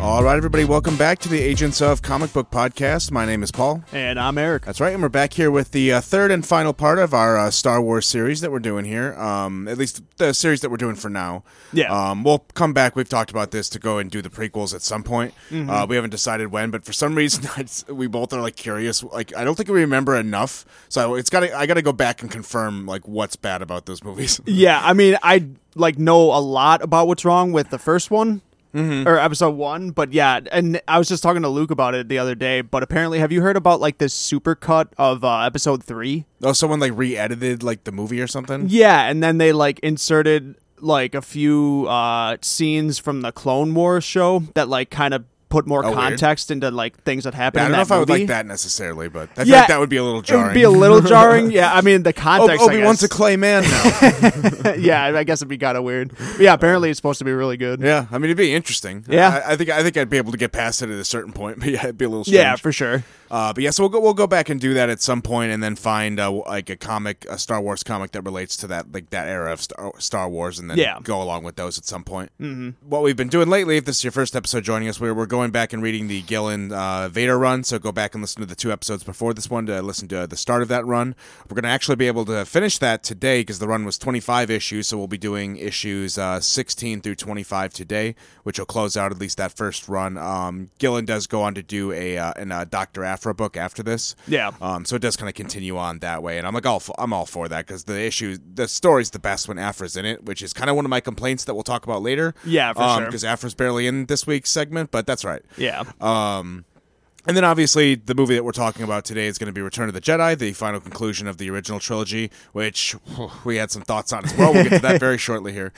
All right, everybody, welcome back to the Agents of Comic Book Podcast. My name is Paul. And I'm Eric. That's right, and we're back here with the uh, third and final part of our uh, Star Wars series that we're doing here. Um, at least the series that we're doing for now. Yeah. Um, we'll come back. We've talked about this to go and do the prequels at some point. Mm-hmm. Uh, we haven't decided when, but for some reason, it's- we both are like curious. Like, I don't think we remember enough, so it's got. to I got to go back and confirm like what's bad about those movies. Yeah, I mean, I like know a lot about what's wrong with the first one Mm-hmm. or episode one, but yeah, and I was just talking to Luke about it the other day. But apparently, have you heard about like this supercut of uh, episode three? oh, someone like re-edited like the movie or something. Yeah, and then they like inserted like a few uh, scenes from the Clone Wars show that like kind of put more Oh, weird. context into like things that happened. I don't in know that if I would movie. like that necessarily, but I feel Yeah, like that would be a little jarring. It would be a little jarring. Yeah, I mean the context. I Obi Wan's a guess. clay man now. yeah, I guess it'd be kind of weird. But yeah, apparently it's supposed to be really good. yeah, I mean it'd be interesting. Yeah. I, I think I think I'd be able to get past it at a certain point, but yeah, it'd be a little strange. Yeah, for sure. uh, but yeah, so we'll go we'll go back and do that at some point, and then find uh, like a comic, a Star Wars comic that relates to that like that era of Star, Star Wars, and then Yeah. um, go along with those at some point. Mm-hmm. What we've been doing lately, if this is your first episode joining us, we're we're going back and reading the Gillen uh, Vader run. So go back and listen to the two episodes before this one to listen to the start of that run. We're going to actually be able to finish that today because the run was 25 issues, so we'll be doing issues uh, 16 through 25 today, which will close out at least that first run. Um, Gillen does go on to do a uh, an uh, Doctor Afra book after this. Yeah. Um, so it does kind of continue on that way, and I'm like, all for, I'm all for that because the issue, the story's the best when Afra's in it, which is kind of one of my complaints that we'll talk about later. Yeah, for sure. Because Afra's barely in this week's segment, but that's right. Yeah. Uh, And then obviously the movie that we're talking about today is going to be Return of the Jedi, the final conclusion of the original trilogy, which whew, we had some thoughts on as well. We'll get to that very shortly here.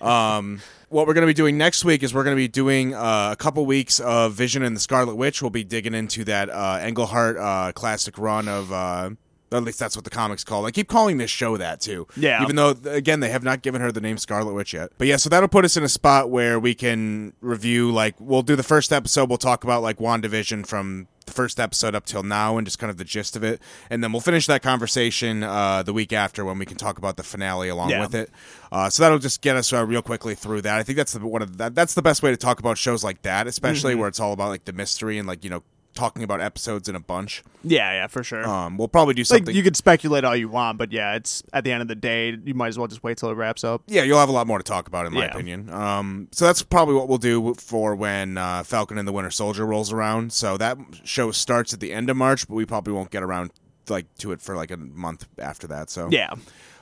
Um, what we're going to be doing next week is we're going to be doing uh, a couple weeks of Vision and the Scarlet Witch. We'll be digging into that uh, Engelhart uh, classic run of. Uh, at least that's what the comics call. it. I keep calling this show that too. Yeah. Even though th- again they have not given her the name Scarlet Witch yet. But yeah, so that'll put us in a spot where we can review like we'll do the first episode, we'll talk about like WandaVision from the first episode up till now and just kind of the gist of it. And then we'll finish that conversation uh, the week after when we can talk about the finale along Yeah. with it. Uh, so that'll just get us uh, real quickly through that. I think that's the one of that, that's the best way to talk about shows like that, especially Mm-hmm. where it's all about like the mystery and like, you know, talking about episodes in a bunch. yeah, yeah, for sure. Um, we'll probably do like something you could speculate all you want, but yeah, it's at the end of the day, you might as well just wait till it wraps up. yeah, you'll have a lot more to talk about, in my Yeah. opinion. Um, so that's probably what we'll do for when uh, Falcon and the Winter Soldier rolls around. So that show starts at the end of March, but we probably won't get around like to it for like a month after that. So Yeah.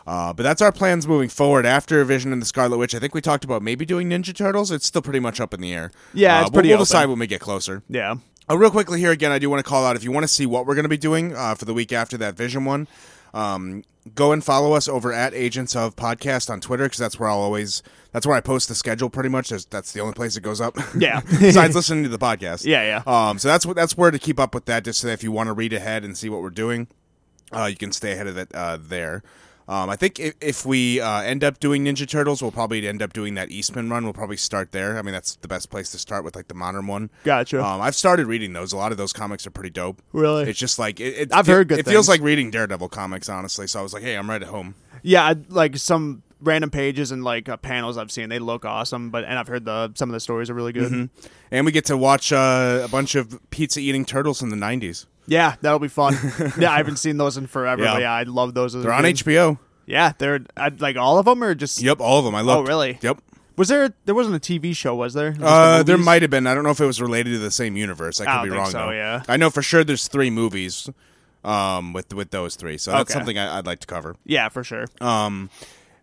uh, but that's our plans moving forward after Vision and the Scarlet Witch. I think we talked about maybe doing Ninja Turtles. It's still pretty much up in the air. Yeah, Uh, it's we'll- pretty We'll open. decide when we get closer. Yeah. Uh, real quickly here again, I do want to call out if you want to see what we're going to be doing uh, for the week after that Vision one, um, go and follow us over at Agents of Podcast on Twitter because that's where I'll always that's where I post the schedule pretty much. There's, that's the only place it goes up. Yeah. besides listening to the podcast. Yeah, yeah. Um, so that's what that's where to keep up with that. Just so that if you want to read ahead and see what we're doing, uh, you can stay ahead of it uh, there. Um, I think if, if we uh, end up doing Ninja Turtles, we'll probably end up doing that Eastman run. We'll probably start there. I mean, that's the best place to start with like the modern one. Gotcha. Um, I've started reading those. A lot of those comics are pretty dope. Really? It's just like it, it, I've it- heard good It feels like things. reading Daredevil comics, honestly. So I was like, hey, I'm right at home. Yeah, I, like some random pages and like uh, panels I've seen, they look awesome, but and I've heard the some of the stories are really good. Mm-hmm. And we get to watch uh, a bunch of pizza eating turtles in the 90s. Yeah, that'll be fun. yeah, I haven't seen those in forever, Yeah. but yeah, I love those. as a They're on kid. HBO. Yeah, they're I, like all of them or just Yep, all of them. I love. Oh, really? Yep. Was there there wasn't a TV show, was there? Just the Uh, there movies? might have been. I don't know if it was related to the same universe. I could I don't be think wrong so, though. yeah. I know for sure there's three movies, um, with with those three. So that's Okay. something I, I'd like to cover. Yeah, for sure. Um,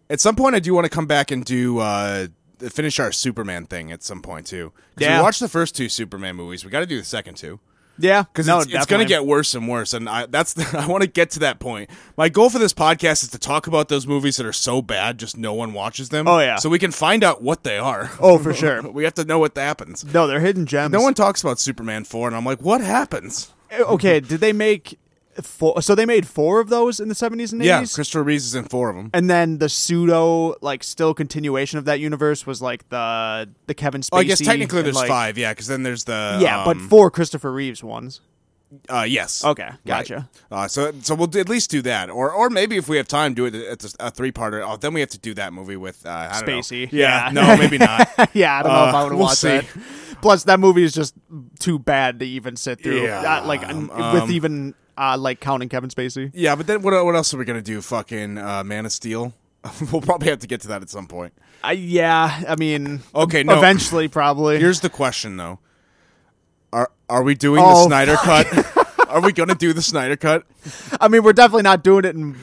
at some point, I do want to come back and do uh, finish our Superman thing at some point too. 'Cause Yeah. we watched the first two Superman movies. We got to do the second two yeah, because no, it's, it's going definitely. to get worse and worse. And I, that's the, I want to get to that point. My goal for this podcast is to talk about those movies that are so bad, just no one watches them. Oh, yeah. so we can find out what they are. Oh, for sure. we have to know what happens. No, they're hidden gems. No one talks about Superman four, and I'm like, what happens? Eh, okay, did they make four? So they made four of those in the seventies and Yeah, eighties, Christopher Reeves is in four of them. and then the pseudo like still continuation of that universe was like the the Kevin Spacey. Oh, I guess technically and, there's like- five, yeah, because then there's the Yeah, but um, four Christopher Reeves ones. uh, yes, Okay, gotcha. Right. Uh, so so we'll at least do that, or or maybe if we have time, do it at a, a three parter. Oh, then we have to do that movie with uh, I don't know. Spacey, Yeah, yeah. no, maybe not. yeah, I don't know if I Uh, would we'll watch see. that. Plus, that movie is just too bad to even sit through. Yeah, Not, like n- um, with even uh, like counting Kevin Spacey. Yeah, but then what? What else are we gonna do? Fucking uh, Man of Steel. we'll probably have to get to that at some point. I, yeah, I mean, Okay, no. eventually probably. Here's the question though: Are are we doing the Oh, Snyder cut? are we gonna do the Snyder cut? I mean, we're definitely not doing it. And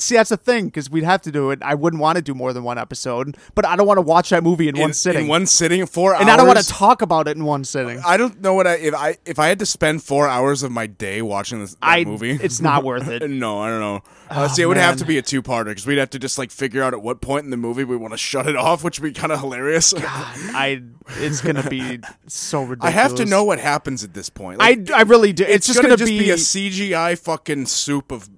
see, that's the thing because we'd have to do it. I wouldn't want to do more than one episode, but I don't want to watch that movie in, In- one sitting. In one sitting, four hours. and I don't want to talk about it in one sitting. I don't know what I if I if I had to spend four hours of my day watching this that I movie. it's not worth it. no, I don't know. Uh, see, it would have Ah, man. to be a two-parter because we'd have to just like figure out at what point in the movie we want to shut it off, which would be kind of hilarious. I it's gonna be so ridiculous. I have to know what happens at this point. Like, I, I really do. It's, it's just gonna, gonna, just be, be, a CGI fucking soup of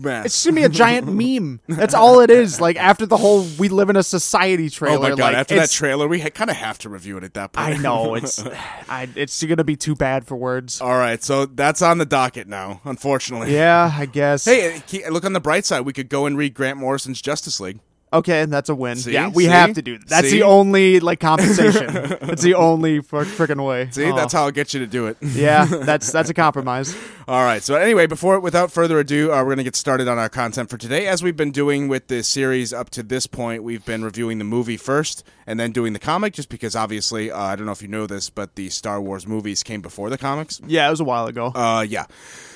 mess. it's gonna be a giant meme. That's all it is. Like after the whole "We live in a society" trailer. oh my god! like, After that it's- trailer, we ha- kind of have to review it at that point. I know it's. I, it's gonna be too bad for words. All right, so that's on the docket now, unfortunately. Yeah, I guess. Hey, uh, ke- look on the bright side. We could go and read Grant Morrison's Justice League. Okay, and that's a win. See? Yeah, we See? have to do that. That's See? the only like compensation. that's the only for freaking way. See, Oh. that's how I'll get you to do it. yeah, that's that's a compromise. All right. So anyway, before without further ado, uh, we're going to get started on our content for today. As we've been doing with the series up to this point, we've been reviewing the movie first and then doing the comic, just because obviously uh, I don't know if you know this, but the Star Wars movies came before the comics. Yeah, it was a while ago. Uh, yeah.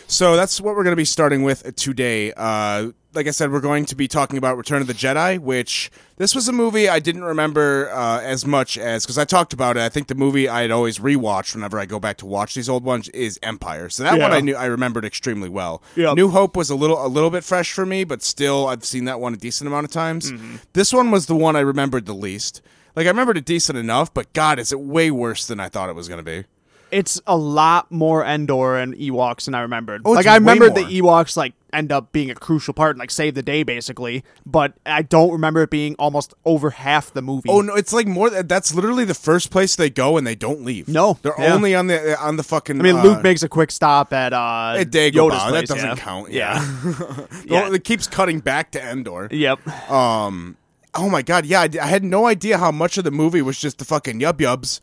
So that's what we're going to be starting with today. Uh, like I said, we're going to be talking about Return of the Jedi, which this was a movie I didn't remember uh, as much as because I talked about it. I think the movie I'd always rewatch whenever I go back to watch these old ones is Empire. So that one Yeah. I knew I remembered extremely well. Yep. New Hope was a little a little bit fresh for me, but still I've seen that one a decent amount of times. Mm-hmm. This one was the one I remembered the least. Like I remembered it decent enough, but God, is it way worse than I thought it was going to be. it's a lot more Endor and Ewoks than I remembered. Oh, it's like I way remembered the more. Ewoks like end up being a crucial part and like save the day basically, but I don't remember it being almost over half the movie. Oh no, it's like more. That's literally the first place they go and they don't leave. No, they're yeah. only on the on the fucking. I mean, uh, Luke makes a quick stop at uh, at Dagobah. Yoda's place. that doesn't yeah. count. Yeah, Yeah. it keeps cutting back to Endor. yep. Um. Oh my god. Yeah, I, d- I had no idea how much of the movie was just the fucking yub yubs.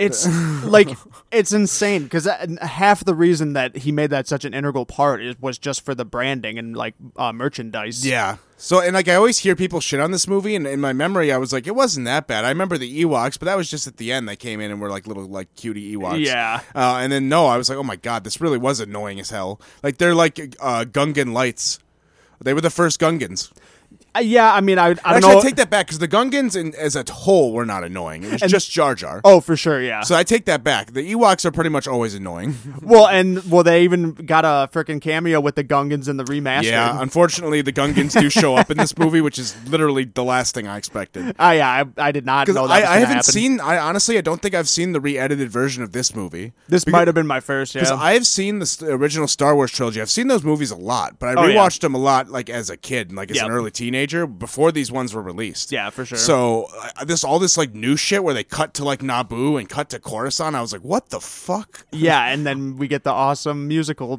It's like it's insane because half the reason that he made that such an integral part is, was just for the branding and like uh, merchandise. Yeah. So and like I always hear people shit on this movie, and in my memory I was like, it wasn't that bad. I remember the Ewoks, but that was just at the end. They came in and were like little like cutie Ewoks. Yeah. Uh, and then no, I was like, oh my god, this really was annoying as hell. Like they're like uh, Gungan lights. They were the first Gungans. Uh, yeah. I mean, I, I don't Actually, know. I take that back because the Gungans in, as a whole were not annoying. It was just Jar Jar. oh, for sure. Yeah. So I take that back. The Ewoks are pretty much always annoying. well, and well, they even got a freaking cameo with the Gungans in the remaster. yeah, unfortunately, the Gungans do show up in this movie, which is literally the last thing I expected. I, I, Ah, I did not know that. I, was I gonna haven't happen. seen. I honestly, I don't think I've seen the re-edited version of this movie. This might have been my first. Yeah. Because I've seen the st- original Star Wars trilogy. I've seen those movies a lot, but I Oh, yeah. rewatched them a lot, like as a kid, like as Yep. an early teenager, before these ones were released. Yeah, for sure. So uh, this all this like new shit where they cut to like Naboo and cut to Coruscant. I was like, what the fuck? yeah, and then we get the awesome musical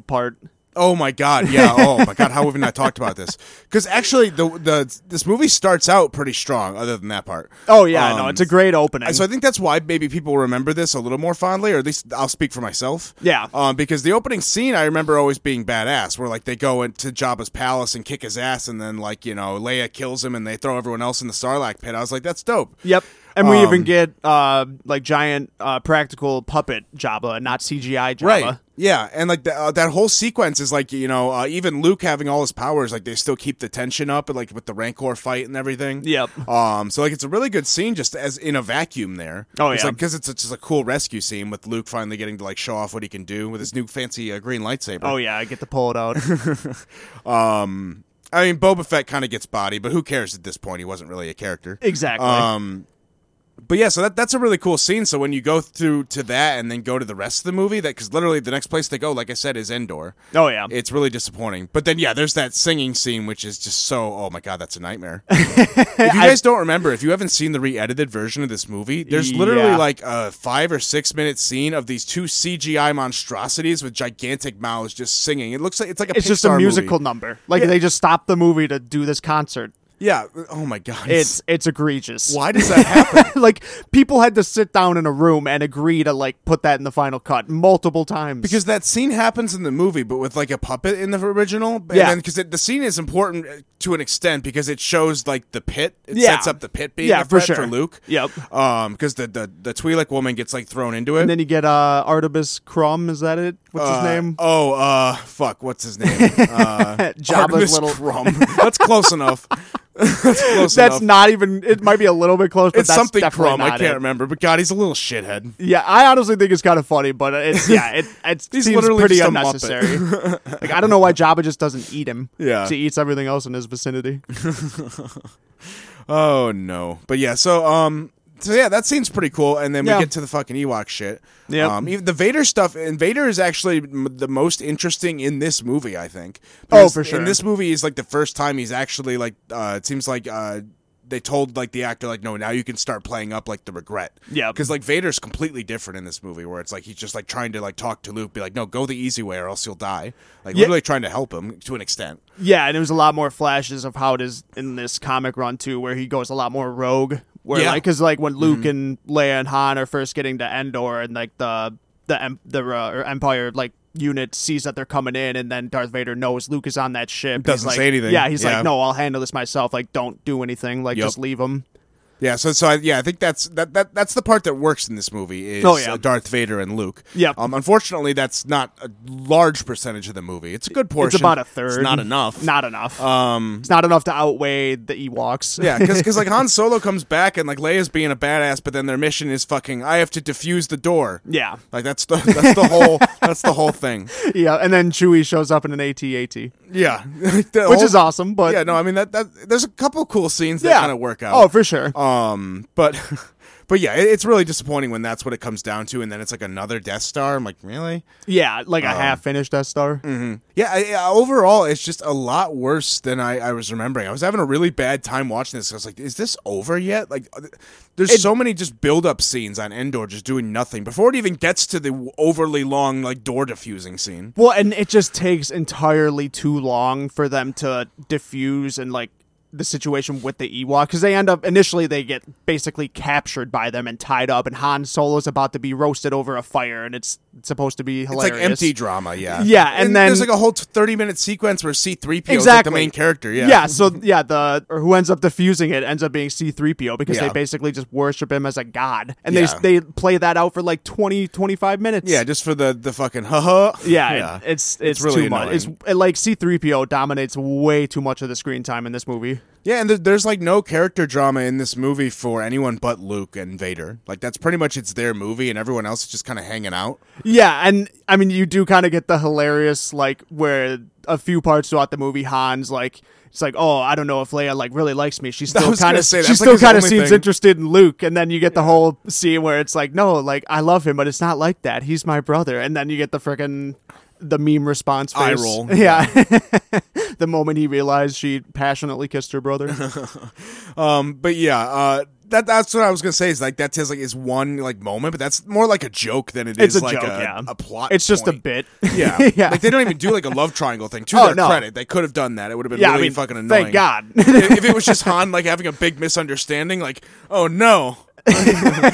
part. Oh my god, yeah. Oh my god, how have we not talked about this? Because actually, the the this movie starts out pretty strong. Other than that part. Oh yeah, Um, no, it's a great opening. So I think that's why maybe people remember this a little more fondly, or at least I'll speak for myself. Yeah. Um, because the opening scene I remember always being badass, where like they go into Jabba's palace and kick his ass, and then like you know Leia kills him, and they throw everyone else in the Sarlacc pit. I was like, that's dope. Yep. And we Um, even get uh like giant uh practical puppet Jabba, not CGI Jabba. Right. Yeah, and like the, uh, that whole sequence is like you know uh, even Luke having all his powers, like they still keep the tension up, and like with the Rancor fight and everything. Yep. Um. So like it's a really good scene, just as in a vacuum there. Oh, It's yeah. like because it's it's just a cool rescue scene with Luke finally getting to like show off what he can do with his new fancy uh, green lightsaber. Oh yeah, I get to pull it out. Um. I mean, Boba Fett kind of gets body, but who cares at this point? He wasn't really a character. exactly. Um, but yeah, so that that's a really cool scene. So when you go through to that and then go to the rest of the movie, that because literally the next place they go, like I said, is Endor. oh yeah. Um, It's really disappointing. But then yeah, there's that singing scene, which is just so oh my god, that's a nightmare. if you guys don't remember, if you haven't seen the re-edited version of this movie, there's literally Yeah. like a five or six minute scene of these two CGI monstrosities with gigantic mouths just singing. It looks like it's like a it's just a Pixar movie. musical number. Like they just stopped the movie to do this concert. Yeah. Oh my god. It's it's egregious. why does that happen? like people had to sit down in a room and agree to like put that in the final cut multiple times. because that scene happens in the movie, but with like a puppet in the original. And Yeah. Because the scene is important uh, to an extent because it shows like the pit. It Yeah. sets up the pit being Yeah, a for threat sure. for Luke. Yep. Um. Because the the the Twi'lek woman gets like thrown into it. and then you get uh Artemis Crumb, is that it? What's his Uh, name? Oh, uh, fuck. What's his name? Uh, Jabba's Artemis little- Crumb. That's close enough. that's close That's enough. not even it might be a little bit close, but it's that's something definitely Crumb. I not can't it. remember. But God, he's a little shithead. Yeah, I honestly think it's kind of funny, but it's yeah, it it He's seems literally pretty just a unnecessary. like I don't know why Jabba just doesn't eat him. Yeah. she eats everything else in his vicinity. Oh no. But yeah. So um. So yeah, that seems pretty cool. And then Yeah. we get to the fucking Ewok shit. Yep. Um, even the Vader stuff. And Vader is actually m- the most interesting in this movie, I think. Oh, Because for sure. In this movie is like the first time he's actually like. Uh, it seems like. Uh, they told like the actor like no now you can start playing up like the regret Yep. because like Vader's completely different in this movie where it's like he's just like trying to like talk to Luke be like no go the easy way or else you'll die like literally trying to help him to an extent Yeah, and there was a lot more flashes of how it is in this comic run too, where he goes a lot more rogue. Where Yeah. Mm-hmm. like, because like when Luke and Leia and Han are first getting to Endor, and like the the em- the uh, or Empire like unit sees that they're coming in, and then Darth Vader knows Luke is on that ship. He's Doesn't like- say anything. Yeah, he's Yeah. like, no, I'll handle this myself. Like, don't do anything. Like, Yep. just leave him. Yeah, so so I, yeah, I think that's that, that that's the part that works in this movie is Oh, yeah. uh, Darth Vader and Luke. Yep. Um, unfortunately, that's not a large percentage of the movie. It's a good portion. It's about a third. It's not enough. Not enough. Um. it's not enough to outweigh the Ewoks. Yeah, because like Han Solo comes back and like Leia's being a badass, but then their mission is fucking. I have to defuse the door. yeah, Like that's the that's the whole that's the whole thing. yeah. And then Chewie shows up in an AT-AT, which Yeah, The whole- is awesome. But yeah. No, I mean that that there's a couple cool scenes that yeah. kind of work out. Oh, for sure. Um, but but yeah, it, it's really disappointing when that's what it comes down to, and then it's like another Death Star. I'm like, really? Yeah, like a um, half finished Death Star. mm. Yeah. I, I- overall, it's just a lot worse than I, I was remembering. I was having a really bad time watching this. I was like, is this over yet? Like, uh, there's so many just build up scenes on Endor, just doing nothing before it even gets to the overly long like door diffusing scene. Well, and it just takes entirely too long for them to diffuse and like the situation with the Ewok because they end up initially they get basically captured by them and tied up, and Han Solo's about to be roasted over a fire, and it's supposed to be It's hilarious. like empty drama, yeah. Yeah, and then- there's like a whole thirty minute sequence where C three PO like the Exactly. main character, yeah. Yeah, so yeah, the or who ends up diffusing it ends up being C3PO because Yeah. they basically just worship him as a god. And Yeah. they they play that out for like 20 25 minutes. Yeah, just for the the fucking haha. Yeah, it- it's, it's really too much. It's annoying. it, like C three PO dominates way too much of the screen time in this movie. Yeah, and there- there's like no character drama in this movie for anyone but Luke and Vader. Like that's pretty much it's their movie, and everyone else is just kind of hanging out. Yeah, and I mean you do kind of get the hilarious like where a few parts throughout the movie Han's like it's like oh I don't know if Leia like really likes me. She's still was kind gonna of say, she that's, like, still his kind of only seems thing. interested in Luke, and then you get the whole scene where it's like no like I love him, but it's not like that. He's my brother, and then you get the freaking the meme response Eye face. roll, Yeah, the moment he realized she passionately kissed her brother. Um, but yeah, uh, that that's what I was gonna say is like that's his like is one like moment, but that's more like a joke than it It's is a like joke, a, yeah. a plot. It's just a point. bit. Yeah. yeah. like they don't even do like a love triangle thing. To Oh, their no. credit, they could have done that. It would have been yeah, really I mean, fucking annoying. Thank God. if if it was just Han like having a big misunderstanding, like oh no,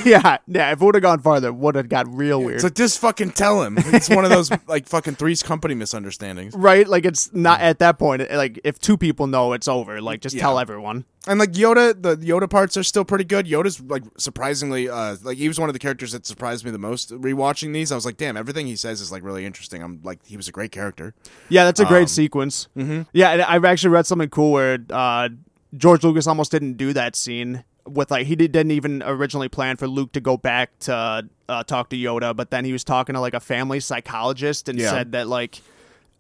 yeah, yeah. If it would have gone farther, it would have got real weird. it's like just fucking tell him. It's one of those like fucking Three's Company misunderstandings. right? Like it's not at that point. it- Like if two people know, it's over. Like just Yeah. tell everyone. And like Yoda, the Yoda parts are still pretty good. Yoda's like surprisingly, uh, like he was one of the characters that surprised me the most rewatching these. I was like, damn, everything he says is like really interesting. I'm like, he was a great character. Yeah, that's a great Um, sequence. Mm-hmm. Yeah, and I've actually read something cool where uh, George Lucas almost didn't do that scene with like he did, didn't even originally plan for Luke to go back to uh, talk to Yoda, but then he was talking to like a family psychologist and Yeah. said that like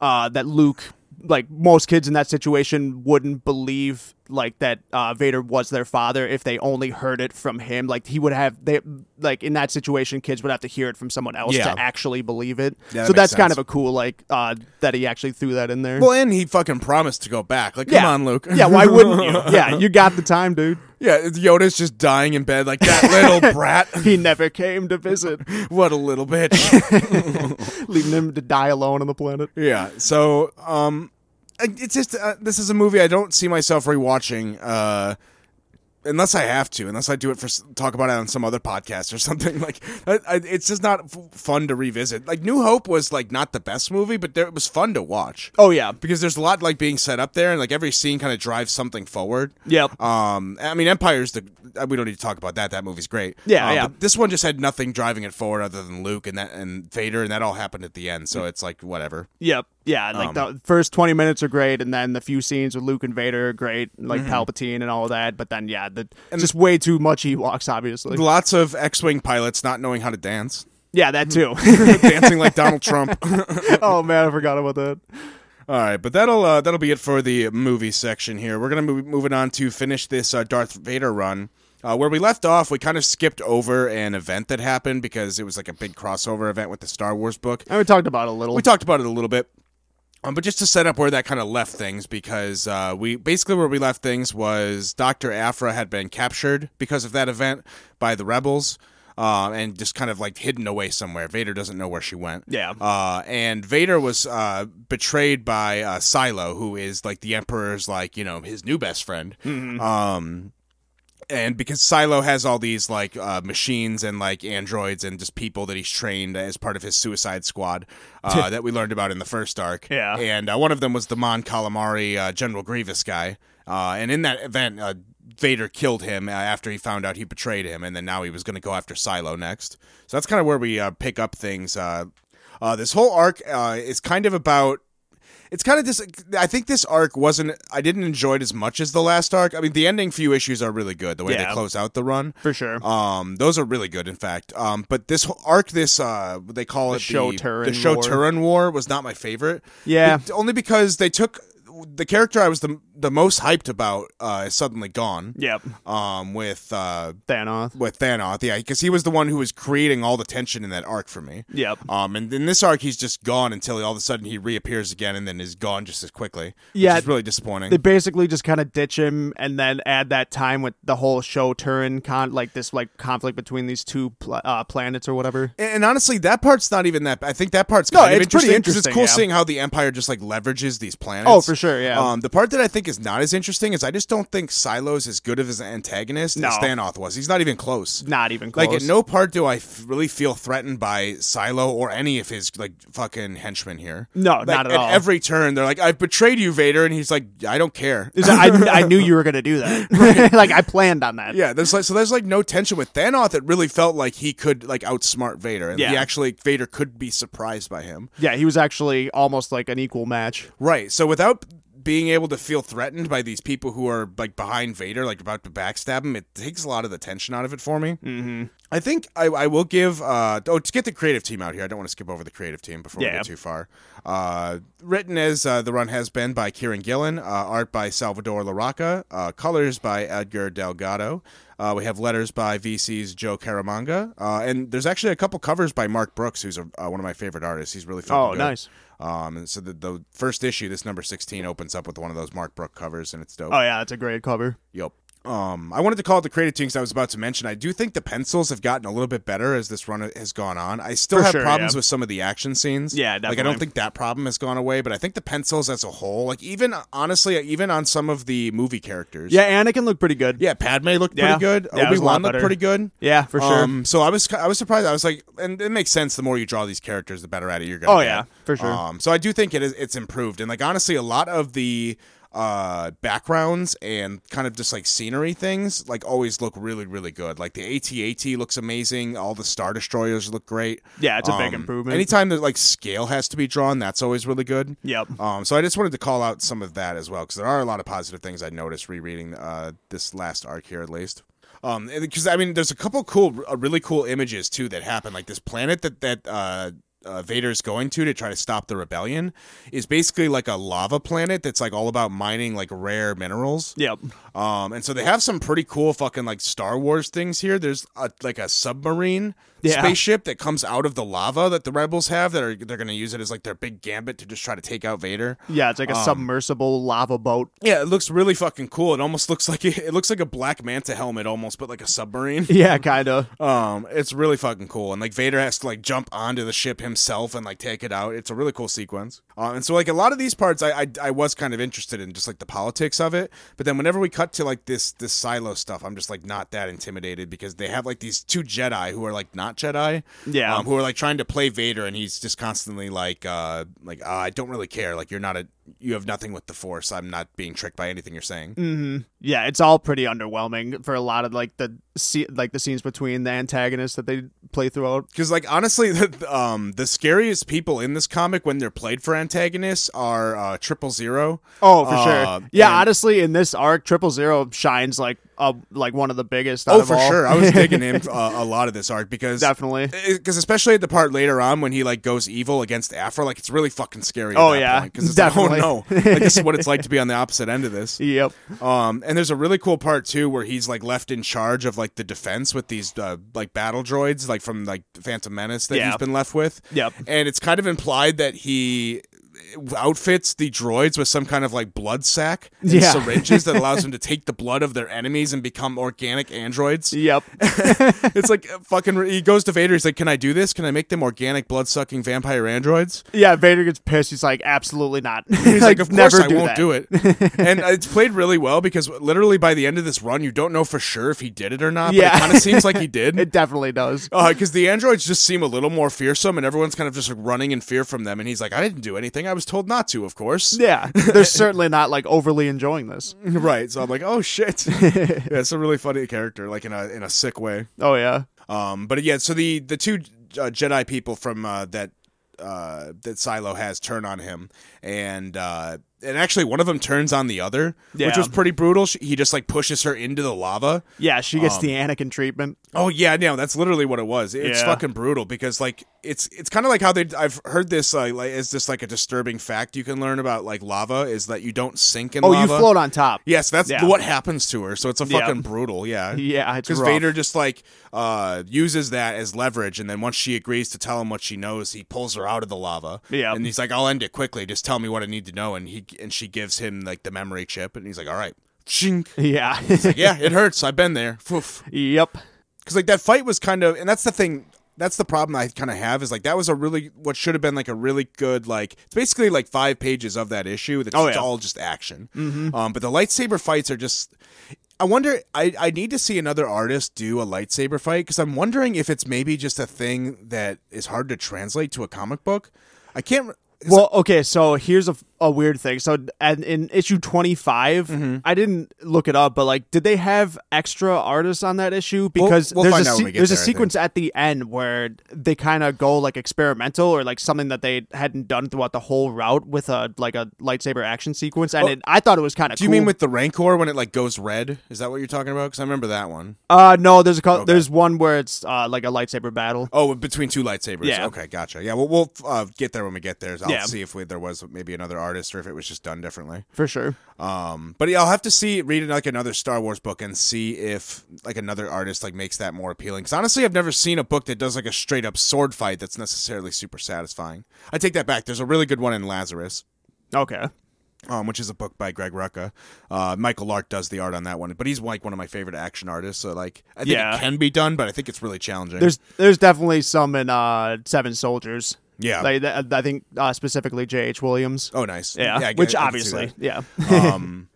uh, that Luke. Like most kids in that situation wouldn't believe like that uh, Vader was their father if they only heard it from him. Like he would have they like in that situation, kids would have to hear it from someone else Yeah. to actually believe it. Yeah, that so makes that's kind sense. of a cool like uh that he actually threw that in there. Well, and he fucking promised to go back. Like, come yeah. on, Luke. yeah, why wouldn't you? Yeah, you got the time, dude. yeah, Yoda's just dying in bed like that little brat. He never came to visit, What a little bitch. leaving him to die alone on the planet. yeah. So, um, I- it's just uh, this is a movie I don't see myself rewatching uh, unless I have to, unless I do it for s- talk about it on some other podcast or something. Like I, I, it's just not f- fun to revisit. Like New Hope was like not the best movie, but there, it was fun to watch Oh yeah, because there's a lot like being set up there, and like every scene kind of drives something forward. Yep. Um, I mean, Empire's the uh, we don't need to talk about that. That movie's great. Yeah, Uh, yeah. But this one just had nothing driving it forward other than Luke and that and Vader, and that all happened at the end. So Mm. it's like whatever. yep, yeah. Like Um, the first twenty minutes are great, and then the few scenes with Luke and Vader are great, like Mm-hmm. Palpatine and all that. But then yeah, the, just way too much Ewoks, obviously. Lots of X-wing pilots not knowing how to dance, yeah, that too. dancing like Donald Trump. oh man, I forgot about that. All right, but that'll uh, that'll be it for the movie section here. We're gonna move moving on to finish this uh, Darth Vader run. Uh, where we left off, we kind of skipped over an event that happened because it was like a big crossover event with the Star Wars book. And we talked about it a little. We talked about it a little bit. Um, but just to set up where that kind of left things, because uh, we basically where we left things was Doctor Afra had been captured because of that event by the rebels, uh, and just kind of like hidden away somewhere. Vader doesn't know where she went. Yeah. Uh, and Vader was uh, betrayed by uh, Silo, who is like the Emperor's like you know his new best friend. Um, and because Silo has all these like uh, machines and like androids and just people that he's trained as part of his Suicide Squad uh, that we learned about in the first arc. Yeah. and uh, one of them was the Mon Calamari uh, General Grievous guy. Uh, and in that event, uh, Vader killed him uh, after he found out he betrayed him, and then now he was going to go after Silo next. So that's kind of where we uh, pick up things. Uh, uh, this whole arc uh, is kind of about it's kind of this i think this arc wasn't i didn't enjoy it as much as the last arc i mean the ending few issues are really good the way they Yeah. close out the run for sure. um those are really good in fact um but this whole arc this uh what they call it Show Turan the show War. Turan war was not my favorite Yeah. Be- only because they took the character i was the the most hyped about uh is suddenly gone yep, um with uh Thanos. with Thanos, yeah, because he was the one who was creating all the tension in that arc for me. Yep. Um, and in this arc, he's just gone until all of a sudden he reappears again and then is gone just as quickly. Yeah. which is really disappointing. They basically just kind of ditch him and then add that time with the whole show Turin con like this like conflict between these two pl- uh, planets or whatever. and, and honestly, that part's not even that. I think that part's kind of it's pretty interesting 'cause It's interesting, cool yeah. seeing how the Empire just like leverages these planets. Oh, for sure, yeah. Um, the part that I think is not as interesting is I just don't think Silo's as good of as an antagonist as No. Thanos was. He's not even close. Not even close. Like at no part do I f- really feel threatened by Silo or any of his like fucking henchmen here. No, Like, not at all. Every turn they're like, "I've betrayed you, Vader," and he's like, "I don't care." Is that- I, I knew you were going to do that. like I planned on that. yeah, there's like so there's like no tension with Thanos. It really felt like he could like outsmart Vader, and he Yeah. actually Vader could be surprised by him. Yeah, he was actually almost like an equal match. Right. So without being able to feel threatened by these people who are like behind Vader, like about to backstab him, it takes a lot of the tension out of it for me. Mm-hmm. I think I, I will give. Uh, oh, to get the creative team out here, I don't want to skip over the creative team before we Yeah. get too far. Uh, written as uh, the run has been by Kieran Gillen, uh, art by Salvador Larocca, uh, colors by Edgar Delgado. Uh, we have letters by VC's Joe Caramanga, uh, and there's actually a couple covers by Mark Brooks, who's a, uh, one of my favorite artists. He's really fucking Oh, good. nice. Um, and so the, the first issue, this number 16, opens up with one of those Mark Brook covers, and it's dope. Oh yeah, that's a great cover. Yep. Um, I wanted to call it the creative team because I was about to mention. I do think the pencils have gotten a little bit better as this run has gone on. I still For have sure, problems yeah. with some of the action scenes. Yeah, Like I don't definitely. think that problem has gone away, but I think the pencils as a whole, like even honestly, even on some of the movie characters. Yeah, Anakin looked pretty good. Yeah, Padme looked Yeah. pretty good. Yeah, it Obi was a lot Wan looked better. pretty good. Yeah, for sure. Um, so I was I was surprised. I was like, and it makes sense. The more you draw these characters, the better at it you're gonna. Oh, get. yeah, for sure. Um, so I do think it is it's improved, and like honestly, a lot of the uh backgrounds and kind of just like scenery things like always look really really good like the AT-AT looks amazing all the star destroyers look great Um, Yeah, it's a big improvement. anytime that like scale has to be drawn that's always really good Yep. um so i just wanted to call out some of that as well because there are a lot of positive things i noticed rereading uh this last arc here at least um because i mean there's a couple cool uh, really cool images too that happen like this planet that that uh uh, Vader's going to to try to stop the rebellion is basically like a lava planet that's like all about mining like rare minerals. Yep. Um, and so they have some pretty cool fucking like Star Wars things here. There's a, like a submarine Yeah. spaceship that comes out of the lava that the rebels have that are they're gonna use it as like their big gambit to just try to take out Vader. Yeah, it's like a submersible lava boat. Yeah, it looks really fucking cool. It almost looks like it looks like a Black Manta helmet almost, but like a submarine. Yeah, kind of. Um, it's really fucking cool. And like Vader has to like jump onto the ship himself and like take it out. It's a really cool sequence. Uh, and so like a lot of these parts, I, I I was kind of interested in just like the politics of it. But then whenever we cut to like this this silo stuff, I'm just like not that intimidated because they have like these two Jedi who are like not Jedi, Yeah. um, who are like trying to play Vader, and he's just constantly like uh like uh, I don't really care. Like you're not a you have nothing with the Force. I'm not being tricked by anything you're saying. Mm-hmm. yeah, it's all pretty underwhelming for a lot of like the se- like the scenes between the antagonists that they play throughout. Because like honestly, the, um, the scariest people in this comic when they're played for antagonists are uh, Triple Zero. Oh, for Uh, sure. Yeah, and- honestly, in this arc, Triple Zero shines like uh, like one of the biggest. out Oh, of for all. sure. I was digging him uh, a lot of this arc because Definitely. because especially at the part later on when he like goes evil against Afro, like it's really fucking scary. at Oh, that yeah. point, 'cause it's Definitely. like, oh no, like, this is what it's like to be on the opposite end of this. Yep. Um, and there's a really cool part too where he's like left in charge of like the defense with these uh, like battle droids, like from like Phantom Menace that Yeah. he's been left with. Yep. And it's kind of implied that he outfits the droids with some kind of like blood sack and Yeah. syringes that allows him to take the blood of their enemies and become organic androids. Yep. it's like uh, fucking. He goes to Vader. He's like, "Can I do this? Can I make them organic blood sucking vampire androids?" Yeah, Vader gets pissed. He's like, absolutely not. He's like, of course never I do won't that. do it. And it's played really well because literally by the end of this run, you don't know for sure if he did it or not. But Yeah. it kind of seems like he did. It definitely does. Because the androids just seem a little more fearsome, and everyone's kind of just like running in fear from them. And he's like, "I didn't do anything. I was told not to, of course." Yeah, they're certainly not like overly enjoying this. right. So I'm like, "Oh shit!" yeah, it's a really funny character, like in a in a sick way. Oh yeah, Um, but yeah, so the the two uh, Jedi people from uh, that uh, that Silo has turn on him, and uh, and actually one of them turns on the other, Yeah. which was pretty brutal. She, he just like pushes her into the lava. yeah. She Um, gets the Anakin treatment. Oh yeah, no, that's literally what it was. It's Yeah. fucking brutal because like it's it's kind of like how they I've heard this uh, like is this like a disturbing fact you can learn about like lava is that you don't sink in Oh, lava. you float on top. Yes, that's Yeah. what happens to her. So it's a Yeah. fucking brutal. Yeah. Yeah, it's because rough. Vader just like uh, uses that as leverage, and then once she agrees to tell him what she knows, he pulls her out of the lava. Yeah. and he's like, "I'll end it quickly. Just tell me what I need to know." And he and she gives him like the memory chip, and he's like, "All right, chink." Yeah. yeah, it hurts. I've been there. Because yep. like that fight was kind of, and that's the thing. That's the problem I kind of have is like that was a really what should have been like a really good like it's basically like five pages of that issue that's Oh, it's yeah. all just action. Mm-hmm. Um, but the lightsaber fights are just I wonder. I, I need to see another artist do a lightsaber fight because I'm wondering if it's maybe just a thing that is hard to translate to a comic book. I can't. Well, Well, okay, so here's a, f- a weird thing. So and in issue 25, Mm-hmm. I didn't look it up, but like did they have extra artists on that issue because we'll there's find a out when we get there's there, a I sequence at the end where they kind of go like experimental or like something that they hadn't done throughout the whole route with a like a lightsaber action sequence and it, I thought it was kind of do you mean with the Rancor when it like goes red? Is that what you're talking about? Because I remember that one. Uh no, there's a co- there's one where it's uh like a lightsaber battle. Oh, between two lightsabers. Yeah. Okay, gotcha. Yeah, well, we'll uh, get there when we get there. I'll Yeah. see if we, there was maybe another artist or if it was just done differently. For sure. Um, but yeah, I'll have to see read like another Star Wars book and see if like another artist like makes that more appealing. Because honestly, I've never seen a book that does like a straight up sword fight that's necessarily super satisfying. I take that back. There's a really good one in Lazarus, Okay. um, which is a book by Greg Rucka. Uh, Michael Lark does the art on that one, but he's like one of my favorite action artists. So like, I think Yeah. it can be done, but I think it's really challenging. There's there's definitely some in uh Seven Soldiers. yeah. Like, th- I think uh, specifically J.H. Williams. oh, nice. Yeah, I- which I can see that. obviously, yeah, um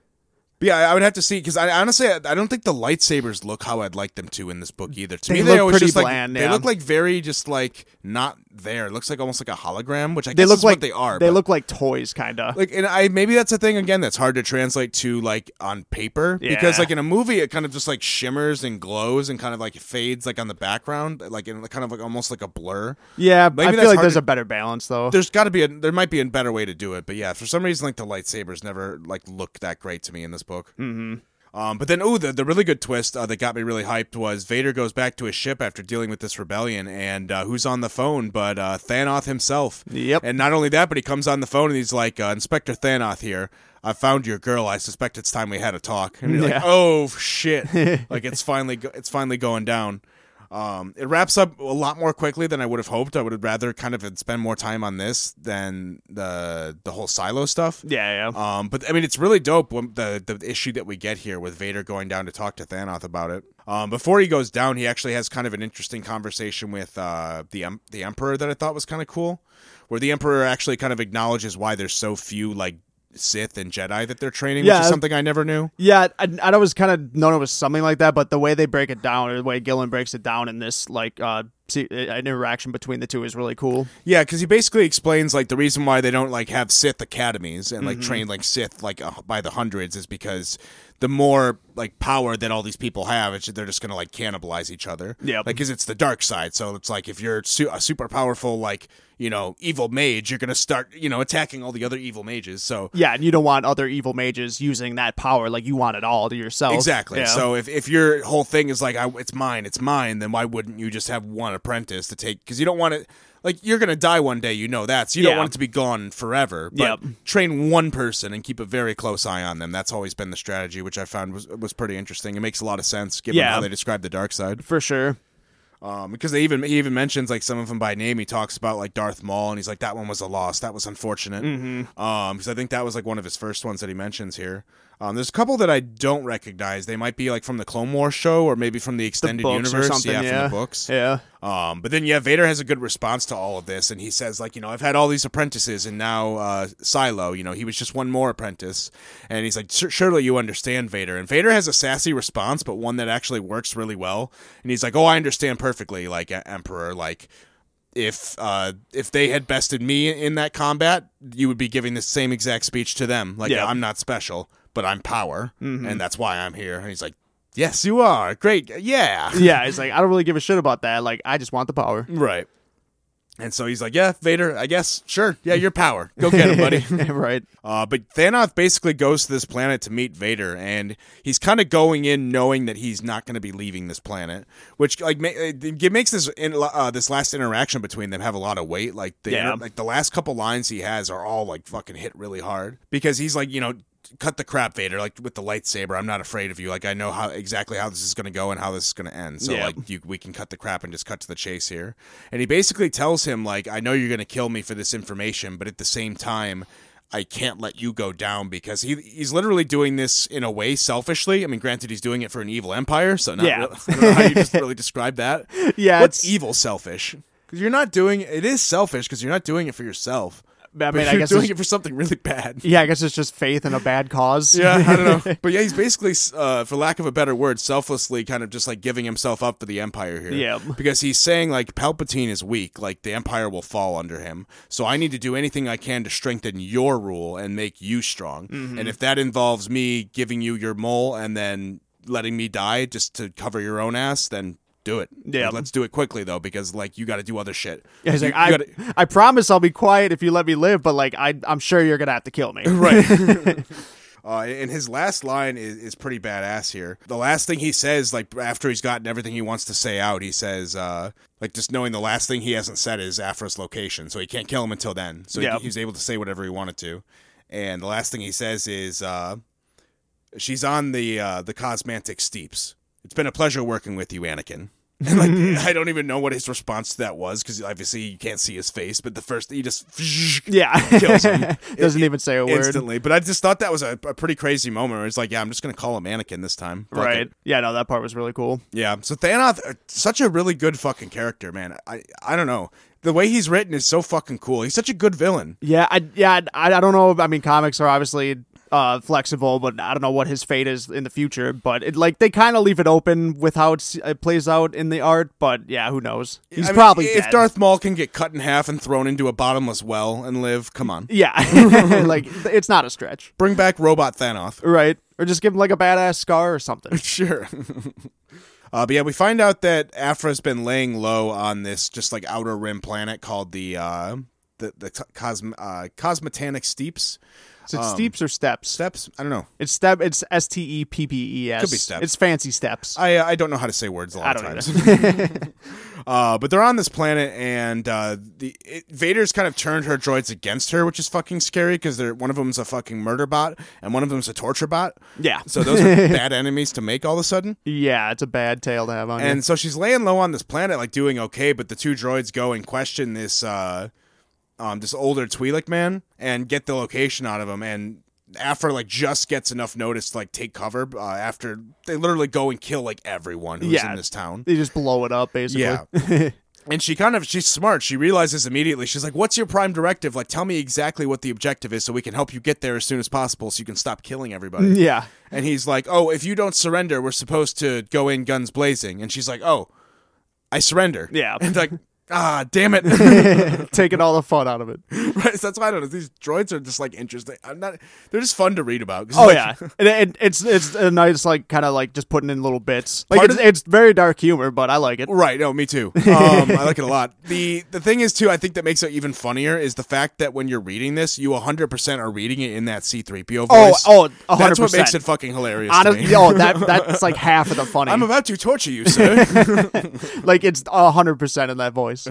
but yeah, I I would have to see because I honestly I I don't think the lightsabers look how I'd like them to in this book either. To They me, look they always pretty just like bland, they yeah. look like very just like not there. It looks like almost like a hologram, which I they guess look is like what they are. They but- look like toys, kind of. like and I maybe that's a thing again that's hard to translate to like on paper because Yeah. like in a movie it kind of just like shimmers and glows and kind of like fades like on the background like in kind of like almost like a blur. yeah, but Maybe I that's feel like hard there's to- a better balance though. There's got to be a there might be a better way to do it, but yeah, for some reason like the lightsabers never like look that great to me in this book. Mm-hmm. Um, but then, oh, the, the really good twist uh, that got me really hyped was Vader goes back to his ship after dealing with this rebellion, and uh, who's on the phone but uh, Thanoth himself. Yep. And not only that, but he comes on the phone and he's like, uh, Inspector Thanoth here. I found your girl. I suspect it's time we had a talk. And you're Yeah. like, oh shit! like it's finally go- it's finally going down. Um, it wraps up a lot more quickly than I would have hoped. I would have rather kind of spend more time on this than the the whole silo stuff. Yeah, yeah. Um, but I mean, it's really dope when the the issue that we get here with Vader going down to talk to Thanoth about it. Um, before he goes down, he actually has kind of an interesting conversation with uh, the em- the Emperor that I thought was kind of cool, where the Emperor actually kind of acknowledges why there's so few like Sith and Jedi that they're training, which Yeah. is something I never knew. Yeah, I, I was kind of known it was something like that, but the way they break it down, or the way Gillen breaks it down in this like uh, see, an interaction between the two is really cool. Yeah, because he basically explains like the reason why they don't like have Sith academies and like train like Sith like uh, by the hundreds is because the more like power that all these people have, it's, they're just gonna like cannibalize each other. Yep. like because it's the dark side. So it's like if you're su- a super powerful like you know evil mage, you're gonna start you know attacking all the other evil mages. So Yeah, and you don't want other evil mages using that power. Like you want it all to yourself. Exactly. Yeah. So if, if your whole thing is like, I, it's mine, it's mine, then why wouldn't you just have one apprentice to take? Because you don't want it. Like you're gonna die one day, you know that. So you don't Yeah. want it to be gone forever. But Yep. train one person and keep a very close eye on them. That's always been the strategy, which I found was was pretty interesting. It makes a lot of sense given Yeah. how they describe the dark side. for sure. Um, because they even he even mentions like some of them by name. He talks about like Darth Maul, and he's like that one was a loss. That was unfortunate. Mm-hmm. Um, because I think that was like one of his first ones that he mentions here. Um, there's a couple that I don't recognize. They might be like from the Clone Wars show or maybe from the extended Books universe. or something. yeah, Yeah, from the books. Yeah. Um, but then yeah, Vader has a good response to all of this, and he says like, you know, I've had all these apprentices, and now uh, Silo, you know, he was just one more apprentice, and he's like, "Sur- surely you understand Vader, and Vader has a sassy response, but one that actually works really well, and he's like, oh, I understand perfectly, like E- Emperor, like. If uh, if they had bested me in that combat, you would be giving the same exact speech to them. Like Yeah. I'm not special, but I'm power, and that's why I'm here. And he's like, "Yes, you are. Great. Yeah, Yeah. It's like I don't really give a shit about that. Like I just want the power. Right. And so he's like, "Yeah, Vader, I guess, sure, yeah, your power, go get him, buddy." right. uh, but Thanath basically goes to this planet to meet Vader, and he's kind of going in knowing that he's not going to be leaving this planet, which like ma- it it makes this in, uh, this last interaction between them have a lot of weight. Like the Yeah. like the last couple lines he has are all like fucking hit really hard because he's like, you know. Cut the crap, Vader! Like with the lightsaber, I'm not afraid of you. Like I know how exactly how this is going to go and how this is going to end. So Yeah. like you, we can cut the crap and just cut to the chase here. And he basically tells him, like, I know you're going to kill me for this information, but at the same time, I can't let you go down because he he's literally doing this in a way selfishly. I mean, granted, he's doing it for an evil empire, so not Yeah. really- I don't know how you just really describe that. Yeah, what's it's- evil selfish? Because you're not doing it is selfish because you're not doing it for yourself. I but mean, I you're guess doing it's- it for something really bad. Yeah. I guess it's just faith in a bad cause. Yeah, I don't know. But yeah, he's basically, uh, for lack of a better word, selflessly kind of just like giving himself up for the Empire here. Yeah. Because he's saying like Palpatine is weak, like the Empire will fall under him. So I need to do anything I can to strengthen your rule and make you strong. Mm-hmm. And if that involves me giving you your mole and then letting me die just to cover your own ass, then do it. Yeah. Like, let's do it quickly though, because like you got to do other shit. Yeah, he's You- like, you I, gotta- I promise I'll be quiet if you let me live, but like, I, I'm sure you're gonna have to kill me. Right. Uh, and his last line is, is pretty badass here. The last thing he says, like after he's gotten everything he wants to say out, he says, uh, like just knowing the last thing he hasn't said is Afra's location, so he can't kill him until then. So Yeah. he, he was able to say whatever he wanted to. And the last thing he says is, uh, she's on the uh, the Cosmantic steeps. It's been a pleasure working with you, Anakin. And like, I don't even know what his response to that was because obviously you can't see his face. But the first he just Yeah. Kills him. Doesn't even say a word. instantly. But I just thought that was a, a pretty crazy moment. Where it's like, yeah, I'm just gonna call him Anakin this time. Fuck Right. it. Yeah. No, that part was really cool. Yeah. So Thanoth, uh, such a really good fucking character, man. I I don't know. The way he's written is so fucking cool. He's such a good villain. Yeah. I, yeah. I, I don't know. I mean, comics are obviously uh, flexible, but I don't know what his fate is in the future. But it, like, they kind of leave it open with how it's, it plays out in the art. But yeah, who knows? He's I mean, probably if dead. Darth Maul can get cut in half and thrown into a bottomless well and live, come on, Yeah. like, it's not a stretch. bring back Robot Thanoth. Right. Or just give him like a badass scar or something. Sure. Uh, but yeah, we find out that Afra's been laying low on this just like outer rim planet called the uh, the the Cosm- uh, Cosmetanic Steeps. Is it Um, steeps or steps? Steps? I don't know. It's step. It's S T E P P E S. Could be steps. It's fancy steps. I I don't know how to say words a lot I of don't times. Uh, but they're on this planet, and uh, the it, Vader's kind of turned her droids against her, which is fucking scary because they're one of them's a fucking murder bot and one of them's a torture bot. Yeah. So those are bad enemies to make all of a sudden. Yeah, it's a bad tale to have on you. And so she's laying low on this planet, like doing okay, but the two droids go and question this uh um this older Twi'lek man and get the location out of him and Afra like just gets enough notice to like take cover uh, after they literally go and kill like everyone who's Yeah. in this town. They just blow it up basically. Yeah. and she kind of she's smart. She realizes immediately. She's like, "What's your prime directive? Like tell me exactly what the objective is so we can help you get there as soon as possible so you can stop killing everybody." yeah. And he's like, "Oh, if you don't surrender, we're supposed to go in guns blazing." And she's like, "Oh, I surrender." Yeah. And like, ah, damn it. right, Taking all the fun out of it. so that's why I don't know. These droids are just like interesting. I'm not. They're just fun to read about. 'cause, Oh like, yeah, and it, it's it's a nice like kind of like just putting in little bits. Like Part it's, of- it's very dark humor, but I like it. Right. No, me too. Um, I like it a lot. The the thing is too. I think that makes it even funnier is the fact that when you're reading this, you 100 percent are reading it in that C3PO Oh, voice. oh, a hundred that's what makes it percent. fucking hilarious. to me. Honestly, oh, that that's like half of the funny. I'm about to torture you, sir. like it's a hundred percent in that voice.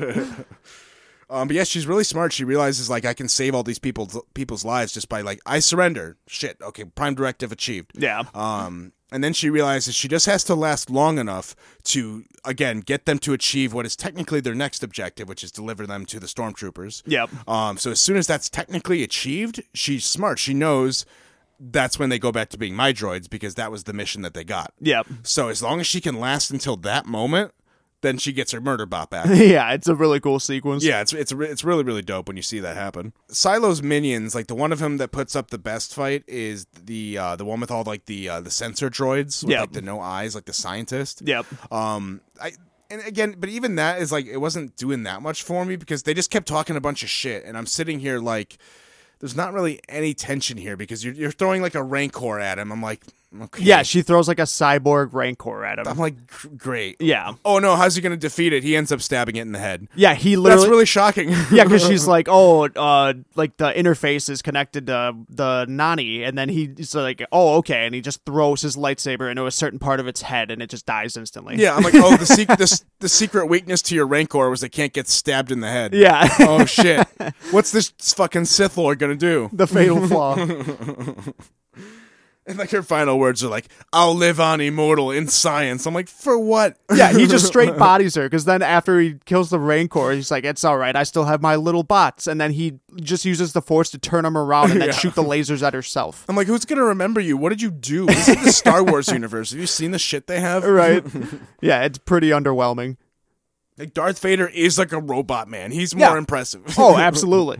Um, but yeah, she's really smart. She realizes like I can save all these people's people's lives just by like I surrender. Shit. Okay, prime directive achieved. Yeah, Um, and then she realizes she just has to last long enough to again get them to achieve what is technically their next objective, which is deliver them to the stormtroopers. Yep. Um, so as soon as that's technically achieved, she's smart. She knows that's when they go back to being my droids because that was the mission that they got. yeah, So as long as she can last until that moment, then she gets her murder bot back. yeah. It's a really cool sequence. Yeah, it's it's re- it's really really dope when you see that happen. Silo's minions, like the one of him that puts up the best fight, is the uh, the one with all like the uh, the sensor droids, with, Yeah. like the no eyes, like the scientist. Yep. Um, I and again, but even that is like it wasn't doing that much for me because they just kept talking a bunch of shit, and I'm sitting here like, there's not really any tension here because you're you're throwing like a rancor at him. I'm like, okay, Yeah, she throws like a cyborg rancor at I'm him. like, gr- great. Yeah, Oh no, how's he gonna defeat it? He ends up stabbing it in the head. yeah. He literally. That's really shocking. yeah, because she's like, oh, uh, like the interface is connected to the nani, and then he's like, oh, okay, and he just throws his lightsaber into a certain part of its head, and it just dies instantly. Yeah, I'm like, oh, the, sec- this, the secret weakness to your rancor was it can't get stabbed in the head. yeah, Oh shit! What's this fucking Sith Lord gonna do? the fatal flaw. And like her final words are like, "I'll live on immortal in science." I'm like, for what? Yeah, he just straight bodies her because then after he kills the Rancor, he's like, "It's all right, I still have my little bots." And then he just uses the Force to turn him around and then shoot the lasers at herself. I'm like, who's gonna remember you? What did you do? This is the Star Wars universe. Have you seen the shit they have? Right? yeah, it's pretty underwhelming. Like Darth Vader is like a robot man. He's more Yeah. impressive. Oh, absolutely.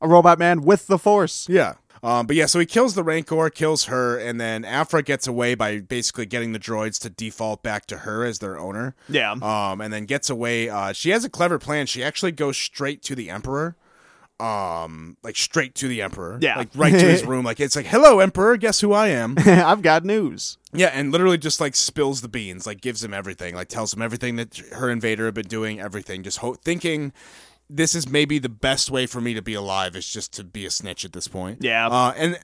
A robot man with the Force. Yeah. Um, but yeah, so he kills the Rancor, kills her, and then Afra gets away by basically getting the droids to default back to her as their owner. Yeah. Um, and then gets away. Uh, she has a clever plan. She actually goes straight to the Emperor. Um, like straight to the Emperor. Yeah. Like right to his room. Like it's like, hello, Emperor, guess who I am? I've got news. yeah, and literally just like spills the beans, like gives him everything, like tells him everything that her invader have been doing, everything, just ho- thinking this is maybe the best way for me to be alive is just to be a snitch at this point. Yeah. Uh, and